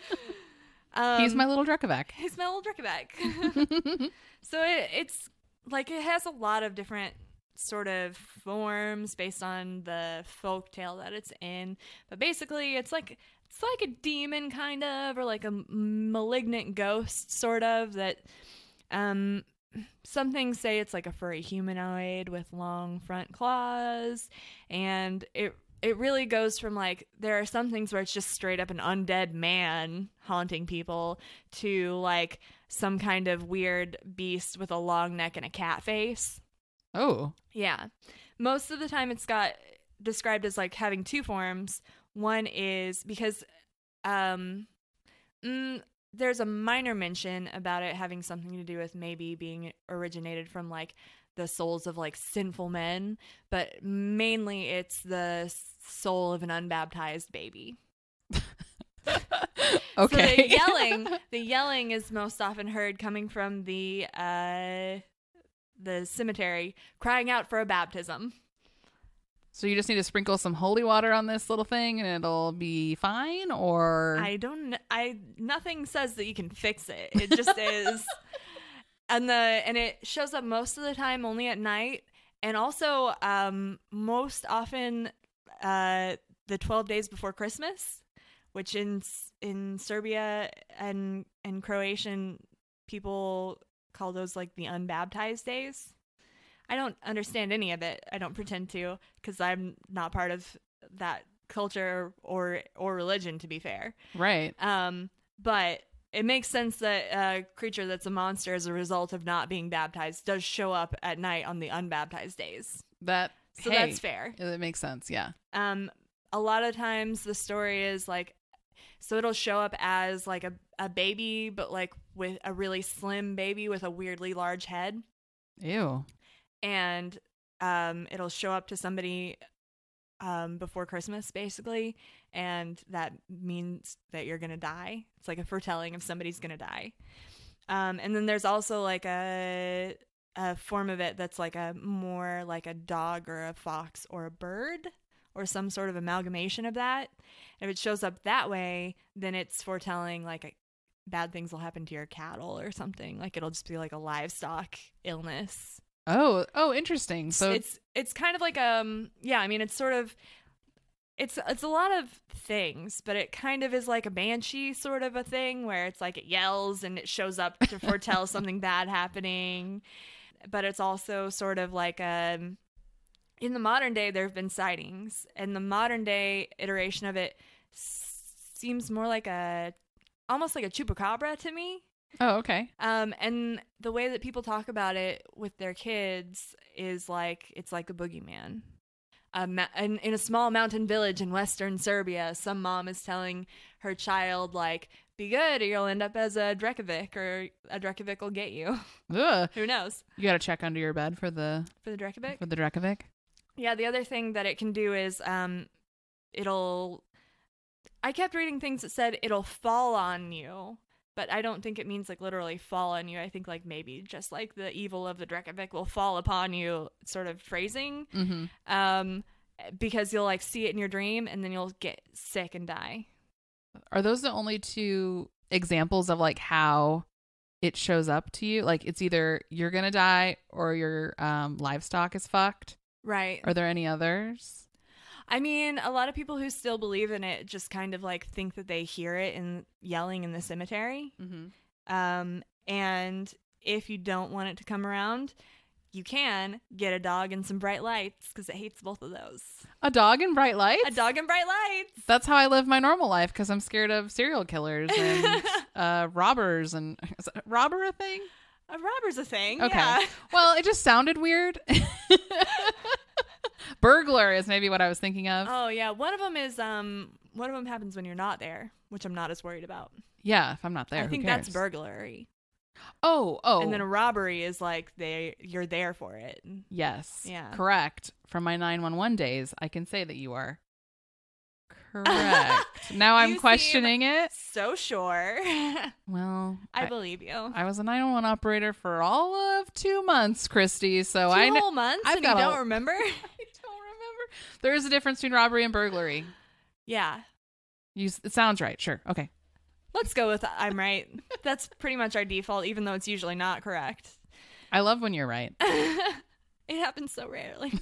[SPEAKER 2] He's my little Drukovac.
[SPEAKER 1] he's my old Rickaback. So it, it's like it has a lot of different sort of forms based on the folk tale that it's in. But basically, it's like it's like a demon kind of, or like a m- malignant ghost sort of that. Um, some things say it's like a furry humanoid with long front claws, and it it really goes from like there are some things where it's just straight up an undead man haunting people to like some kind of weird beast with a long neck and a cat face.
[SPEAKER 2] oh,
[SPEAKER 1] Yeah. Most of the time it's got described as like having two forms. One is because um mm, there's a minor mention about it having something to do with maybe being originated from like the souls of like sinful men, but mainly it's the soul of an unbaptized baby. So
[SPEAKER 2] okay.
[SPEAKER 1] the yelling, the yelling is most often heard coming from the uh, the cemetery, crying out for a baptism.
[SPEAKER 2] so you just need to sprinkle some holy water on this little thing, and it'll be fine. Or
[SPEAKER 1] I don't. kn- I nothing says that you can fix it. It just is, and the and it shows up most of the time only at night, and also um, most often uh, the twelve days before Christmas, which in S- in Serbia and and Croatian people call those like the unbaptized days. I don't understand any of it. I don't pretend to because I'm not part of that culture or or religion. To be fair,
[SPEAKER 2] right.
[SPEAKER 1] um, but it makes sense that a creature that's a monster as a result of not being baptized does show up at night on the unbaptized days.
[SPEAKER 2] That
[SPEAKER 1] So
[SPEAKER 2] hey,
[SPEAKER 1] that's fair.
[SPEAKER 2] It makes sense. Yeah.
[SPEAKER 1] Um, a lot of times the story is like, so it'll show up as like a, a baby, but like with a really slim baby with a weirdly large head.
[SPEAKER 2] Ew.
[SPEAKER 1] and um, it'll show up to somebody um, before Christmas, basically, and that means that you're gonna die. It's like a foretelling of somebody's gonna die. Um, and then there's also like a a form of it that's like a more like a dog or a fox or a bird or some sort of amalgamation of that. And if it shows up that way, then it's foretelling like a, bad things will happen to your cattle or something. Like it'll just be like a livestock illness
[SPEAKER 2] Oh. Oh, interesting. So
[SPEAKER 1] it's it's kind of like um yeah i mean it's sort of it's it's a lot of things but it kind of is like a banshee sort of a thing where it's like it yells and it shows up to foretell something bad happening but it's also sort of like um in the modern day there have been sightings and the modern day iteration of it s- seems more like a almost like a chupacabra to me
[SPEAKER 2] Oh, okay.
[SPEAKER 1] um, and the way that people talk about it with their kids is like it's like a boogeyman. A ma- in, in a small mountain village in western Serbia, some mom is telling her child like, "Be good, or you'll end up as a Drekovic, or a Drekovic will get you.
[SPEAKER 2] Ugh.
[SPEAKER 1] Who knows?"
[SPEAKER 2] You gotta check under your bed for the
[SPEAKER 1] For the Drekovic,
[SPEAKER 2] for the Dracovic.
[SPEAKER 1] yeah. The other thing that it can do is, um, it'll. I kept reading things that said it'll fall on you, but I don't think it means like literally fall on you. I think like maybe just like the evil of the Drekovic will fall upon you sort of phrasing.
[SPEAKER 2] Mm-hmm.
[SPEAKER 1] Um because you'll like see it in your dream and then you'll get sick and die.
[SPEAKER 2] Are those the only two examples of like how it shows up to you? Like it's either you're gonna die or your um, livestock is fucked.
[SPEAKER 1] Right.
[SPEAKER 2] Are there any others?
[SPEAKER 1] I mean, a lot of people who still believe in it just kind of like think that they hear it and yelling in the cemetery.
[SPEAKER 2] Mm-hmm.
[SPEAKER 1] Um, and if you don't want it to come around, you can get a dog and some bright lights because it hates both of those.
[SPEAKER 2] A dog in bright lights.
[SPEAKER 1] A dog and bright lights.
[SPEAKER 2] That's how I live my normal life because I'm scared of serial killers and uh, robbers and is robber a thing?
[SPEAKER 1] A robber's a thing.
[SPEAKER 2] Okay.
[SPEAKER 1] Yeah.
[SPEAKER 2] Well, it just sounded weird. Burglar is maybe what I was thinking of.
[SPEAKER 1] Oh yeah. One of them is um. One of them happens when you're not there, which I'm not as worried about.
[SPEAKER 2] yeah, if I'm not there,
[SPEAKER 1] I
[SPEAKER 2] who
[SPEAKER 1] think
[SPEAKER 2] cares?
[SPEAKER 1] that's burglary,
[SPEAKER 2] Oh, oh,
[SPEAKER 1] and then a robbery is like they you're there for it.
[SPEAKER 2] Yes.
[SPEAKER 1] Yeah.
[SPEAKER 2] Correct. From my 911 days, I can say that you are. Correct. now I'm
[SPEAKER 1] You seem-
[SPEAKER 2] questioning it.
[SPEAKER 1] So sure. I,
[SPEAKER 2] Well, I,
[SPEAKER 1] believe you.
[SPEAKER 2] I was a 911 operator for all of two months, Christy. So I
[SPEAKER 1] Two
[SPEAKER 2] know.
[SPEAKER 1] whole months
[SPEAKER 2] I've
[SPEAKER 1] and you
[SPEAKER 2] got a-
[SPEAKER 1] don't remember?
[SPEAKER 2] I don't remember. There is a difference between robbery and burglary.
[SPEAKER 1] yeah.
[SPEAKER 2] You, s- it sounds right. Sure. Okay.
[SPEAKER 1] Let's go with I'm right. That's pretty much our default, even though it's usually not correct.
[SPEAKER 2] I love when you're right.
[SPEAKER 1] it happens so rarely.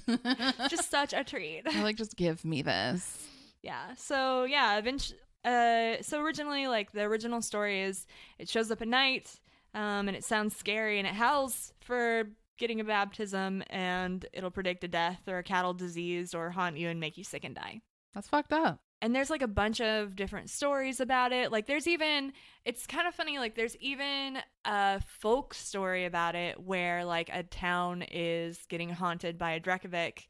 [SPEAKER 1] Just such a treat.
[SPEAKER 2] You're like, just give me this.
[SPEAKER 1] Yeah. So yeah, eventually. Uh, so originally, like the original story is, it shows up at night, um, and it sounds scary, and it howls for getting a baptism, and it'll predict a death or a cattle disease or haunt you and make you sick and die.
[SPEAKER 2] That's fucked up.
[SPEAKER 1] And there's like a bunch of different stories about it. Like there's even, it's kind of funny. Like there's even a folk story about it where like a town is getting haunted by a Drekovic,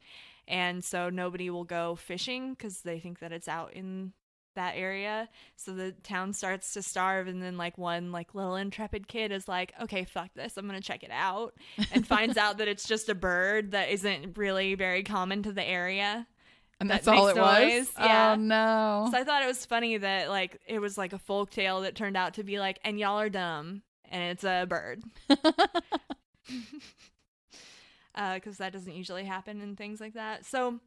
[SPEAKER 1] and so nobody will go fishing because they think that it's out in that area so the town starts to starve and then like one like little intrepid kid is like okay fuck this i'm gonna check it out and finds out that it's just a bird that isn't really very common to the area
[SPEAKER 2] And
[SPEAKER 1] That
[SPEAKER 2] that's all it
[SPEAKER 1] makes
[SPEAKER 2] was.
[SPEAKER 1] noise, yeah.
[SPEAKER 2] Oh no.
[SPEAKER 1] so I thought it was funny that like it was like a folk tale that turned out to be like, and y'all are dumb, and it's a bird. Because Uh, that doesn't usually happen in things like that. So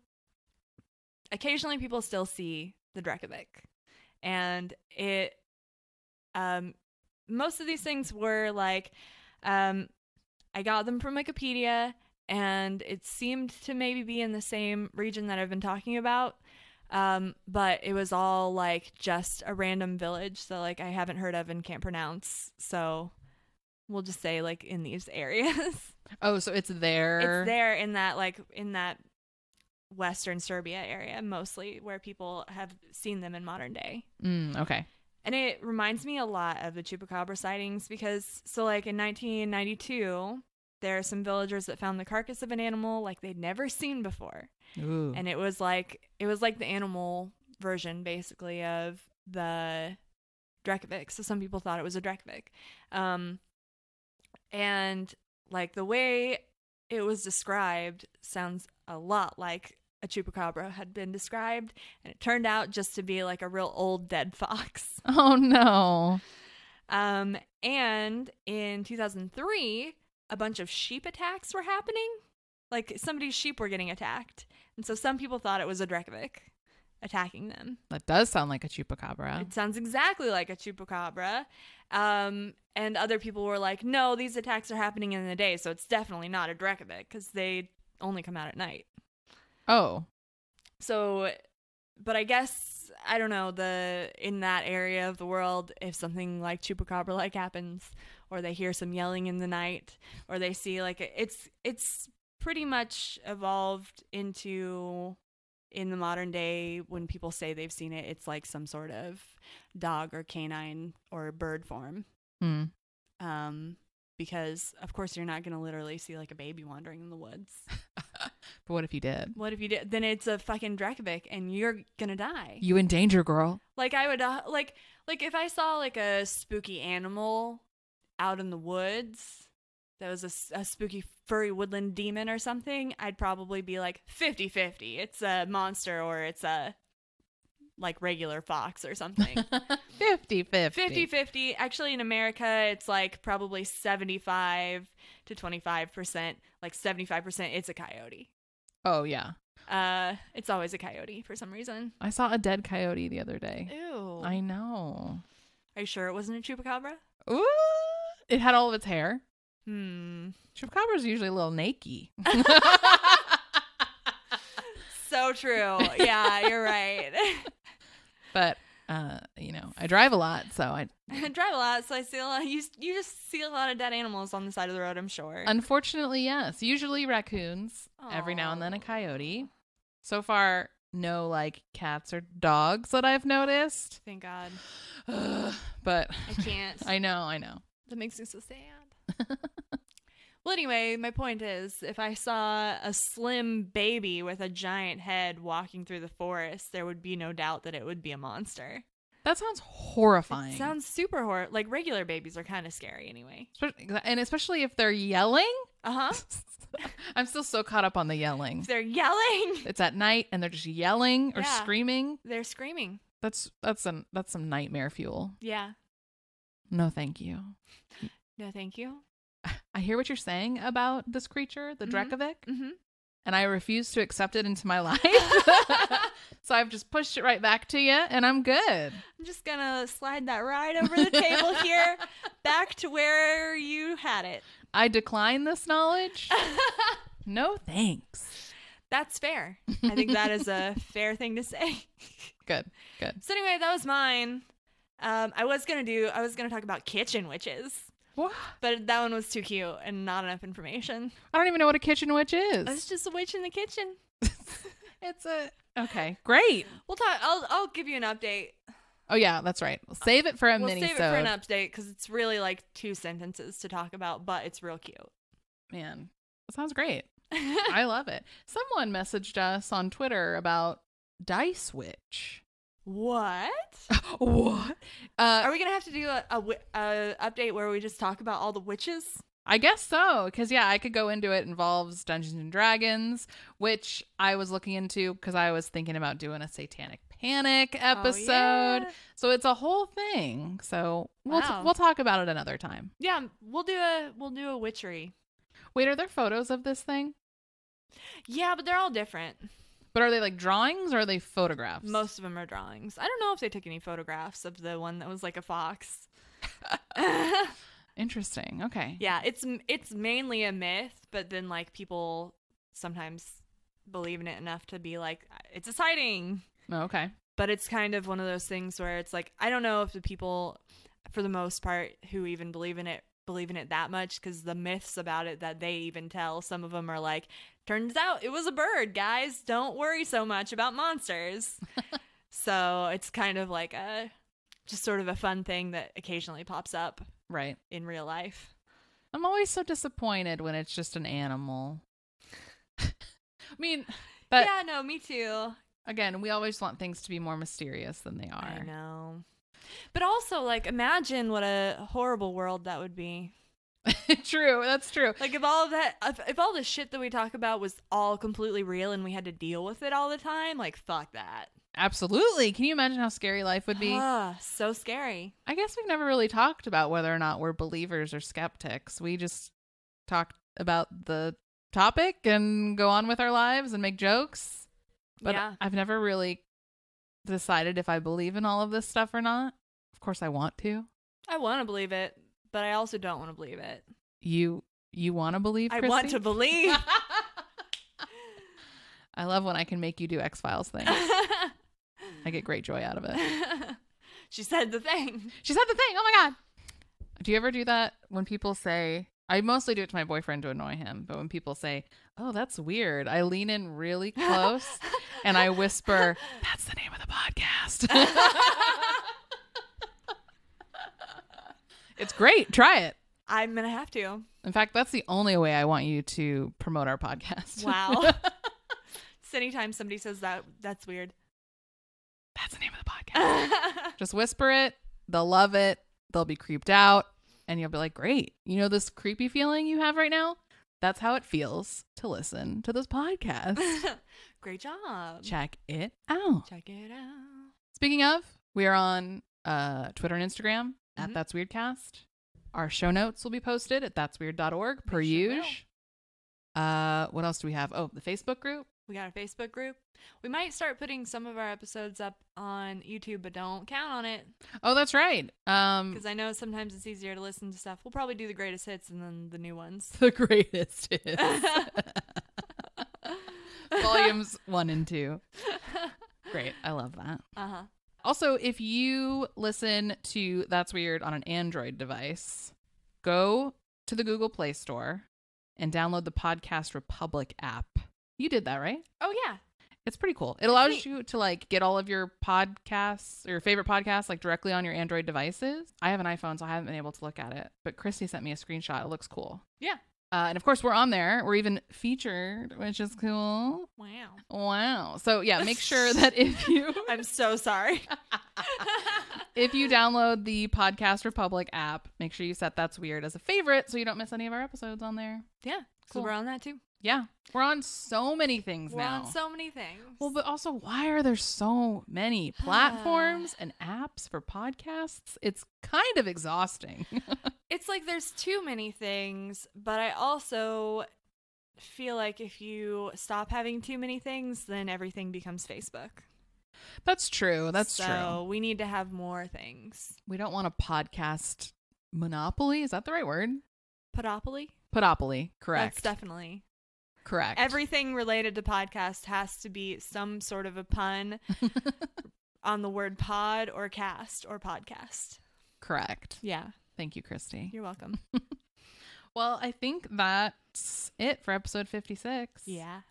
[SPEAKER 1] occasionally people still see the Drekovic, and it. Um, most of these things were like, um, I got them from Wikipedia, and it seemed to maybe be in the same region that I've been talking about. Um, but it was all like just a random village that like I haven't heard of and can't pronounce. So we'll just say like in these areas.
[SPEAKER 2] oh, so it's there.
[SPEAKER 1] it's there in that like in that western Serbia area mostly where people have seen them in modern day.
[SPEAKER 2] Mm, okay.
[SPEAKER 1] And it reminds me a lot of the chupacabra sightings because, so like in 1992, there are some villagers that found the carcass of an animal like they'd never seen before,
[SPEAKER 2] Ooh.
[SPEAKER 1] and it was like it was like the animal version basically of the Drekovic. So some people thought it was a Drekovic, um, and like the way it was described sounds a lot like a chupacabra had been described, and it turned out just to be like a real old dead fox.
[SPEAKER 2] oh no.
[SPEAKER 1] Um, and in 2003, a bunch of sheep attacks were happening. Like somebody's sheep were getting attacked. And so some people thought it was a Drekovic attacking them.
[SPEAKER 2] That does sound like a chupacabra.
[SPEAKER 1] It sounds exactly like a chupacabra. Um, and other people were like, no, these attacks are happening in the day, so it's definitely not a Drekovic because they only come out at night.
[SPEAKER 2] oh.
[SPEAKER 1] So, but I guess I don't know the in that area of the world if something like chupacabra like happens, or they hear some yelling in the night, or they see like it's it's pretty much evolved into in the modern day when people say they've seen it, it's like some sort of dog or canine or bird form.
[SPEAKER 2] Hmm.
[SPEAKER 1] Um, because of course you're not going to literally see like a baby wandering in the woods.
[SPEAKER 2] But what if you did?
[SPEAKER 1] What if you did? Then it's a fucking Dracovic, and you're gonna die.
[SPEAKER 2] You in danger, girl.
[SPEAKER 1] Like I would, uh, like, like if I saw like a spooky animal out in the woods that was a s- a, spooky furry woodland demon or something, I'd probably be like 50-50. It's a monster or it's a like regular fox or something.
[SPEAKER 2] 50
[SPEAKER 1] 50 50. Actually, in America, it's like probably 75 to 25%. Like 75%, it's a coyote.
[SPEAKER 2] Oh, yeah.
[SPEAKER 1] Uh, it's always a coyote for some reason.
[SPEAKER 2] I saw a dead coyote the other day.
[SPEAKER 1] Ew.
[SPEAKER 2] I know.
[SPEAKER 1] Are you sure it wasn't a chupacabra?
[SPEAKER 2] Ooh. It had all of its hair.
[SPEAKER 1] Hmm.
[SPEAKER 2] Chupacabra's usually a little naked.
[SPEAKER 1] So true. Yeah, you're right.
[SPEAKER 2] but, uh, you know, I drive a lot, so I
[SPEAKER 1] I drive a lot, so I see a lot. You you just see a lot of dead animals on the side of the road. I'm sure.
[SPEAKER 2] Unfortunately, yes. Usually raccoons, every now and then a
[SPEAKER 1] Aw.
[SPEAKER 2] coyote. So far, no like cats or dogs that I've noticed.
[SPEAKER 1] Thank God.
[SPEAKER 2] Ugh, but
[SPEAKER 1] I can't.
[SPEAKER 2] I know, I know.
[SPEAKER 1] that makes me so sad. well, anyway, my point is, if I saw a slim baby with a giant head walking through the forest, there would be no doubt that it would be a monster.
[SPEAKER 2] That sounds
[SPEAKER 1] It
[SPEAKER 2] horrifying.
[SPEAKER 1] sounds super horror. Like regular babies are kind of scary, anyway.
[SPEAKER 2] Spe- And especially if they're yelling.
[SPEAKER 1] Uh huh.
[SPEAKER 2] I'm still so caught up on the yelling.
[SPEAKER 1] They're yelling.
[SPEAKER 2] It's at night and they're just yelling or
[SPEAKER 1] Yeah.
[SPEAKER 2] screaming.
[SPEAKER 1] They're screaming.
[SPEAKER 2] That's that's some that's some nightmare fuel.
[SPEAKER 1] Yeah.
[SPEAKER 2] No, thank you.
[SPEAKER 1] No, thank you.
[SPEAKER 2] I hear what you're saying about this creature, the
[SPEAKER 1] Mhm.
[SPEAKER 2] Drekovic,
[SPEAKER 1] Mm-hmm.
[SPEAKER 2] and I refuse to accept it into my life. so I've just pushed it right back to you, and I'm good.
[SPEAKER 1] I'm just gonna slide that right over the table here, back to where you had it.
[SPEAKER 2] I decline this knowledge. no, thanks.
[SPEAKER 1] That's fair. I think that is a fair thing to say.
[SPEAKER 2] Good, good.
[SPEAKER 1] So anyway, that was mine. Um, I was gonna do. I was gonna talk about kitchen witches,
[SPEAKER 2] Wha-
[SPEAKER 1] but that one was too cute and not enough information.
[SPEAKER 2] I don't even know what a kitchen witch is.
[SPEAKER 1] It's just a witch in the kitchen.
[SPEAKER 2] it's a okay, great.
[SPEAKER 1] We'll talk. I'll. I'll give you an update.
[SPEAKER 2] Oh yeah, that's right. Save it for a
[SPEAKER 1] we'll
[SPEAKER 2] mini.
[SPEAKER 1] save it for an update because it's really like two sentences to talk about, but it's real cute.
[SPEAKER 2] Man, that sounds great. I love it. Someone messaged us on Twitter about Dice Witch.
[SPEAKER 1] what?
[SPEAKER 2] what? Uh,
[SPEAKER 1] Are we gonna have to do a, a, wi- a update where we just talk about all the witches?
[SPEAKER 2] I guess so, because yeah, I could go into it. Involves Dungeons and Dragons, which I was looking into because I was thinking about doing a Satanic Panic episode.
[SPEAKER 1] Oh, yeah.
[SPEAKER 2] So it's a whole thing. So we'll
[SPEAKER 1] Wow.
[SPEAKER 2] we'll talk about it another time.
[SPEAKER 1] yeah, we'll do a we'll do a witchery.
[SPEAKER 2] Wait, are there photos of this thing?
[SPEAKER 1] Yeah, but they're all different.
[SPEAKER 2] But are they like drawings or are they photographs?
[SPEAKER 1] Most of them are drawings. I don't know if they took any photographs of the one that was like a fox.
[SPEAKER 2] interesting. Okay.
[SPEAKER 1] yeah, it's it's mainly a myth, but then like people sometimes believe in it enough to be like it's a sighting.
[SPEAKER 2] Oh, okay.
[SPEAKER 1] But it's kind of one of those things where it's like I don't know if the people for the most part who even believe in it believe in it that much cuz the myths about it that they even tell some of them are like turns out it was a bird, guys. Don't worry so much about monsters. so, it's kind of like a just sort of a fun thing that occasionally pops up
[SPEAKER 2] Right.
[SPEAKER 1] in real life.
[SPEAKER 2] I'm always so disappointed when it's just an animal. I mean, But-
[SPEAKER 1] yeah, no, me too.
[SPEAKER 2] again, we always want things to be more mysterious than they are.
[SPEAKER 1] I know. But also, like, imagine what a horrible world that would be.
[SPEAKER 2] true. That's true.
[SPEAKER 1] Like, if all of that, if, if all the shit that we talk about was all completely real and we had to deal with it all the time, like, fuck that.
[SPEAKER 2] Absolutely. Can you imagine how scary life would be?
[SPEAKER 1] Ugh, so scary.
[SPEAKER 2] I guess we've never really talked about whether or not we're believers or skeptics. We just talk about the topic and go on with our lives and make jokes. But uh,
[SPEAKER 1] yeah.
[SPEAKER 2] I've never really decided if I believe in all of this stuff or not. Of course I want to.
[SPEAKER 1] I want to believe it, but I also don't want to believe it.
[SPEAKER 2] You you want to believe
[SPEAKER 1] I want
[SPEAKER 2] Christy?
[SPEAKER 1] to believe.
[SPEAKER 2] I love when I can make you do X Files things. I get great joy out of it.
[SPEAKER 1] she said the thing.
[SPEAKER 2] She said the thing. Oh my god. Do you ever do that when people say I mostly do it to my boyfriend to annoy him, but when people say, "Oh, that's weird," I lean in really close and I whisper, "That's the name of the podcast." it's great. Try it.
[SPEAKER 1] I'm going to have to.
[SPEAKER 2] In fact, that's the only way I want you to promote our podcast.
[SPEAKER 1] Wow. Just anytime somebody says that, that's weird.
[SPEAKER 2] that's the name of the podcast. Just whisper it. They'll love it. They'll be creeped out. And you'll be like, great. You know, this creepy feeling you have right now? That's how it feels to listen to this podcast.
[SPEAKER 1] Great job.
[SPEAKER 2] Check it out.
[SPEAKER 1] Check it out.
[SPEAKER 2] Speaking of, we are on uh, Twitter and Instagram at
[SPEAKER 1] Mhm.
[SPEAKER 2] That's Weirdcast. Our show notes will be posted at that'sweird.org per
[SPEAKER 1] sure
[SPEAKER 2] usual. Uh, what else do we have? Oh, the Facebook group.
[SPEAKER 1] We got a Facebook group. We might start putting some of our episodes up on YouTube, but don't count on it
[SPEAKER 2] Oh, that's right. Um,
[SPEAKER 1] because I know sometimes it's easier to listen to stuff. We'll probably do the greatest hits and then the new ones.
[SPEAKER 2] the greatest hits. Volumes one and two. Great. I love that.
[SPEAKER 1] Uh huh.
[SPEAKER 2] Also, if you listen to That's Weird on an Android device, go to the Google Play Store and download the Podcast Republic app. You did that, right?
[SPEAKER 1] Oh yeah.
[SPEAKER 2] It's pretty cool. It allows
[SPEAKER 1] neat.
[SPEAKER 2] you to like get all of your podcasts or your favorite podcasts like directly on your Android devices. I have an iPhone, so I haven't been able to look at it, but Christy sent me a screenshot. It looks cool.
[SPEAKER 1] Yeah.
[SPEAKER 2] Uh, and of course, we're on there. We're even featured, which is cool.
[SPEAKER 1] Wow.
[SPEAKER 2] Wow. So, yeah, make sure that if you
[SPEAKER 1] I'm so sorry.
[SPEAKER 2] if you download the Podcast Republic app, make sure you set That's Weird as a favorite so you don't miss any of our episodes on there.
[SPEAKER 1] yeah, so
[SPEAKER 2] Cool.
[SPEAKER 1] we're on that too.
[SPEAKER 2] Yeah. We're on so many things
[SPEAKER 1] We're
[SPEAKER 2] now.
[SPEAKER 1] on so many things.
[SPEAKER 2] well, but also, why are there so many platforms and apps for podcasts? It's kind of exhausting.
[SPEAKER 1] it's like there's too many things, but I also feel like if you stop having too many things, then everything becomes Facebook.
[SPEAKER 2] That's true. That's
[SPEAKER 1] so
[SPEAKER 2] true.
[SPEAKER 1] we need to have more things.
[SPEAKER 2] We don't want a podcast monopoly. Is that the right word?
[SPEAKER 1] Podopoly?
[SPEAKER 2] Podopoly.
[SPEAKER 1] That's
[SPEAKER 2] Correct.
[SPEAKER 1] definitely.
[SPEAKER 2] Correct.
[SPEAKER 1] Everything related to podcast has to be some sort of a pun on the word pod or cast or podcast.
[SPEAKER 2] Correct.
[SPEAKER 1] Yeah,
[SPEAKER 2] Thank you, Christy.
[SPEAKER 1] you're welcome.
[SPEAKER 2] Well, I think that's it for episode 56.
[SPEAKER 1] yeah.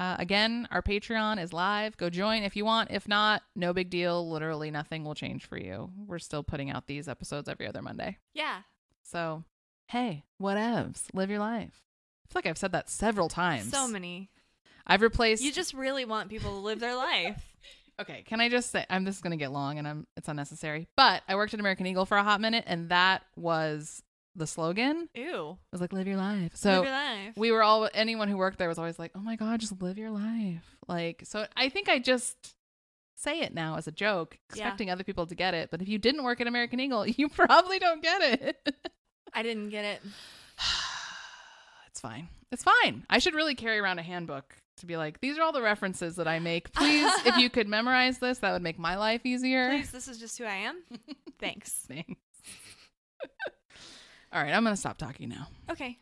[SPEAKER 2] Uh, again, our Patreon is live. Go join if you want. If not, no big deal. Literally nothing will change for you. We're still putting out these episodes every other Monday.
[SPEAKER 1] Yeah.
[SPEAKER 2] So, hey, whatevs. Live your life. I feel like I've said that several times.
[SPEAKER 1] So many.
[SPEAKER 2] I've replaced.
[SPEAKER 1] You just really want people to live their life.
[SPEAKER 2] Okay, can I just say I'm this is gonna get long and I'm it's unnecessary. But I worked at American Eagle for a hot minute and that was the slogan. It
[SPEAKER 1] Ew.
[SPEAKER 2] was like live your life. So
[SPEAKER 1] live your life.
[SPEAKER 2] we were all anyone who worked there was always like, Oh my god, just live your life. Like so I think I just say it now as a joke,
[SPEAKER 1] Yeah.
[SPEAKER 2] expecting other people to get it. But if you didn't work at American Eagle, you probably don't get it.
[SPEAKER 1] I didn't get it.
[SPEAKER 2] it's fine. It's fine. I should really carry around a handbook to be like, these are all the references that I make. Please, if you could memorize this, that would make my life easier.
[SPEAKER 1] Please, this is just who I am. Thanks.
[SPEAKER 2] things. All right, I'm going to stop talking now.
[SPEAKER 1] Okay.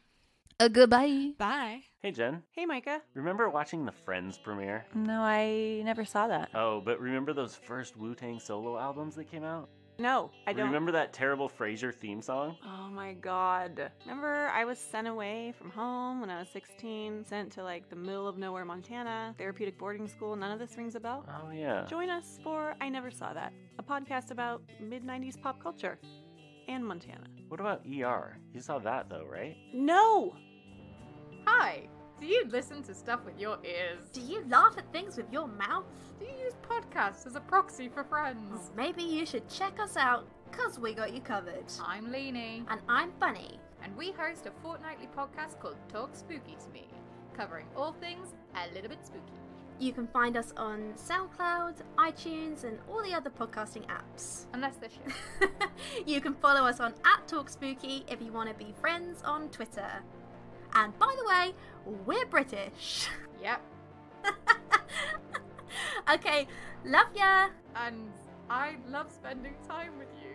[SPEAKER 2] A goodbye.
[SPEAKER 1] Bye.
[SPEAKER 3] Hey, Jen.
[SPEAKER 4] Hey, Micah.
[SPEAKER 3] Remember watching the Friends premiere?
[SPEAKER 4] No, I never saw that.
[SPEAKER 3] Oh, but remember those first Wu Tang solo albums that came out?
[SPEAKER 4] No, I don't.
[SPEAKER 3] Remember that terrible Frasier theme song?
[SPEAKER 4] Oh my god. Remember, I was sent away from home when I was 16, sent to like the middle of nowhere, Montana, therapeutic boarding school. None of this rings a bell.
[SPEAKER 3] Oh, yeah.
[SPEAKER 4] Join us for I Never Saw That, a podcast about mid 90s pop culture and Montana.
[SPEAKER 3] What about ER? You saw that, though, right?
[SPEAKER 4] No!
[SPEAKER 5] Hi. Do you listen to stuff with your ears?
[SPEAKER 6] Do you laugh at things with your mouth?
[SPEAKER 5] Do you use podcasts as a proxy for friends?
[SPEAKER 6] Maybe you should check us out, cause we got you covered.
[SPEAKER 5] I'm Lainey,
[SPEAKER 6] Oh. And I'm Bunny.
[SPEAKER 5] and we host a fortnightly podcast called Talk Spooky to Me, covering all things a little bit spooky.
[SPEAKER 6] You can find us on SoundCloud, iTunes, and all the other podcasting apps.
[SPEAKER 5] Unless they're shit.
[SPEAKER 6] you can follow us on at TalkSpooky if you want to be friends on Twitter. And by the way, we're British.
[SPEAKER 5] yep.
[SPEAKER 6] okay, love ya!
[SPEAKER 5] And I love spending time with you.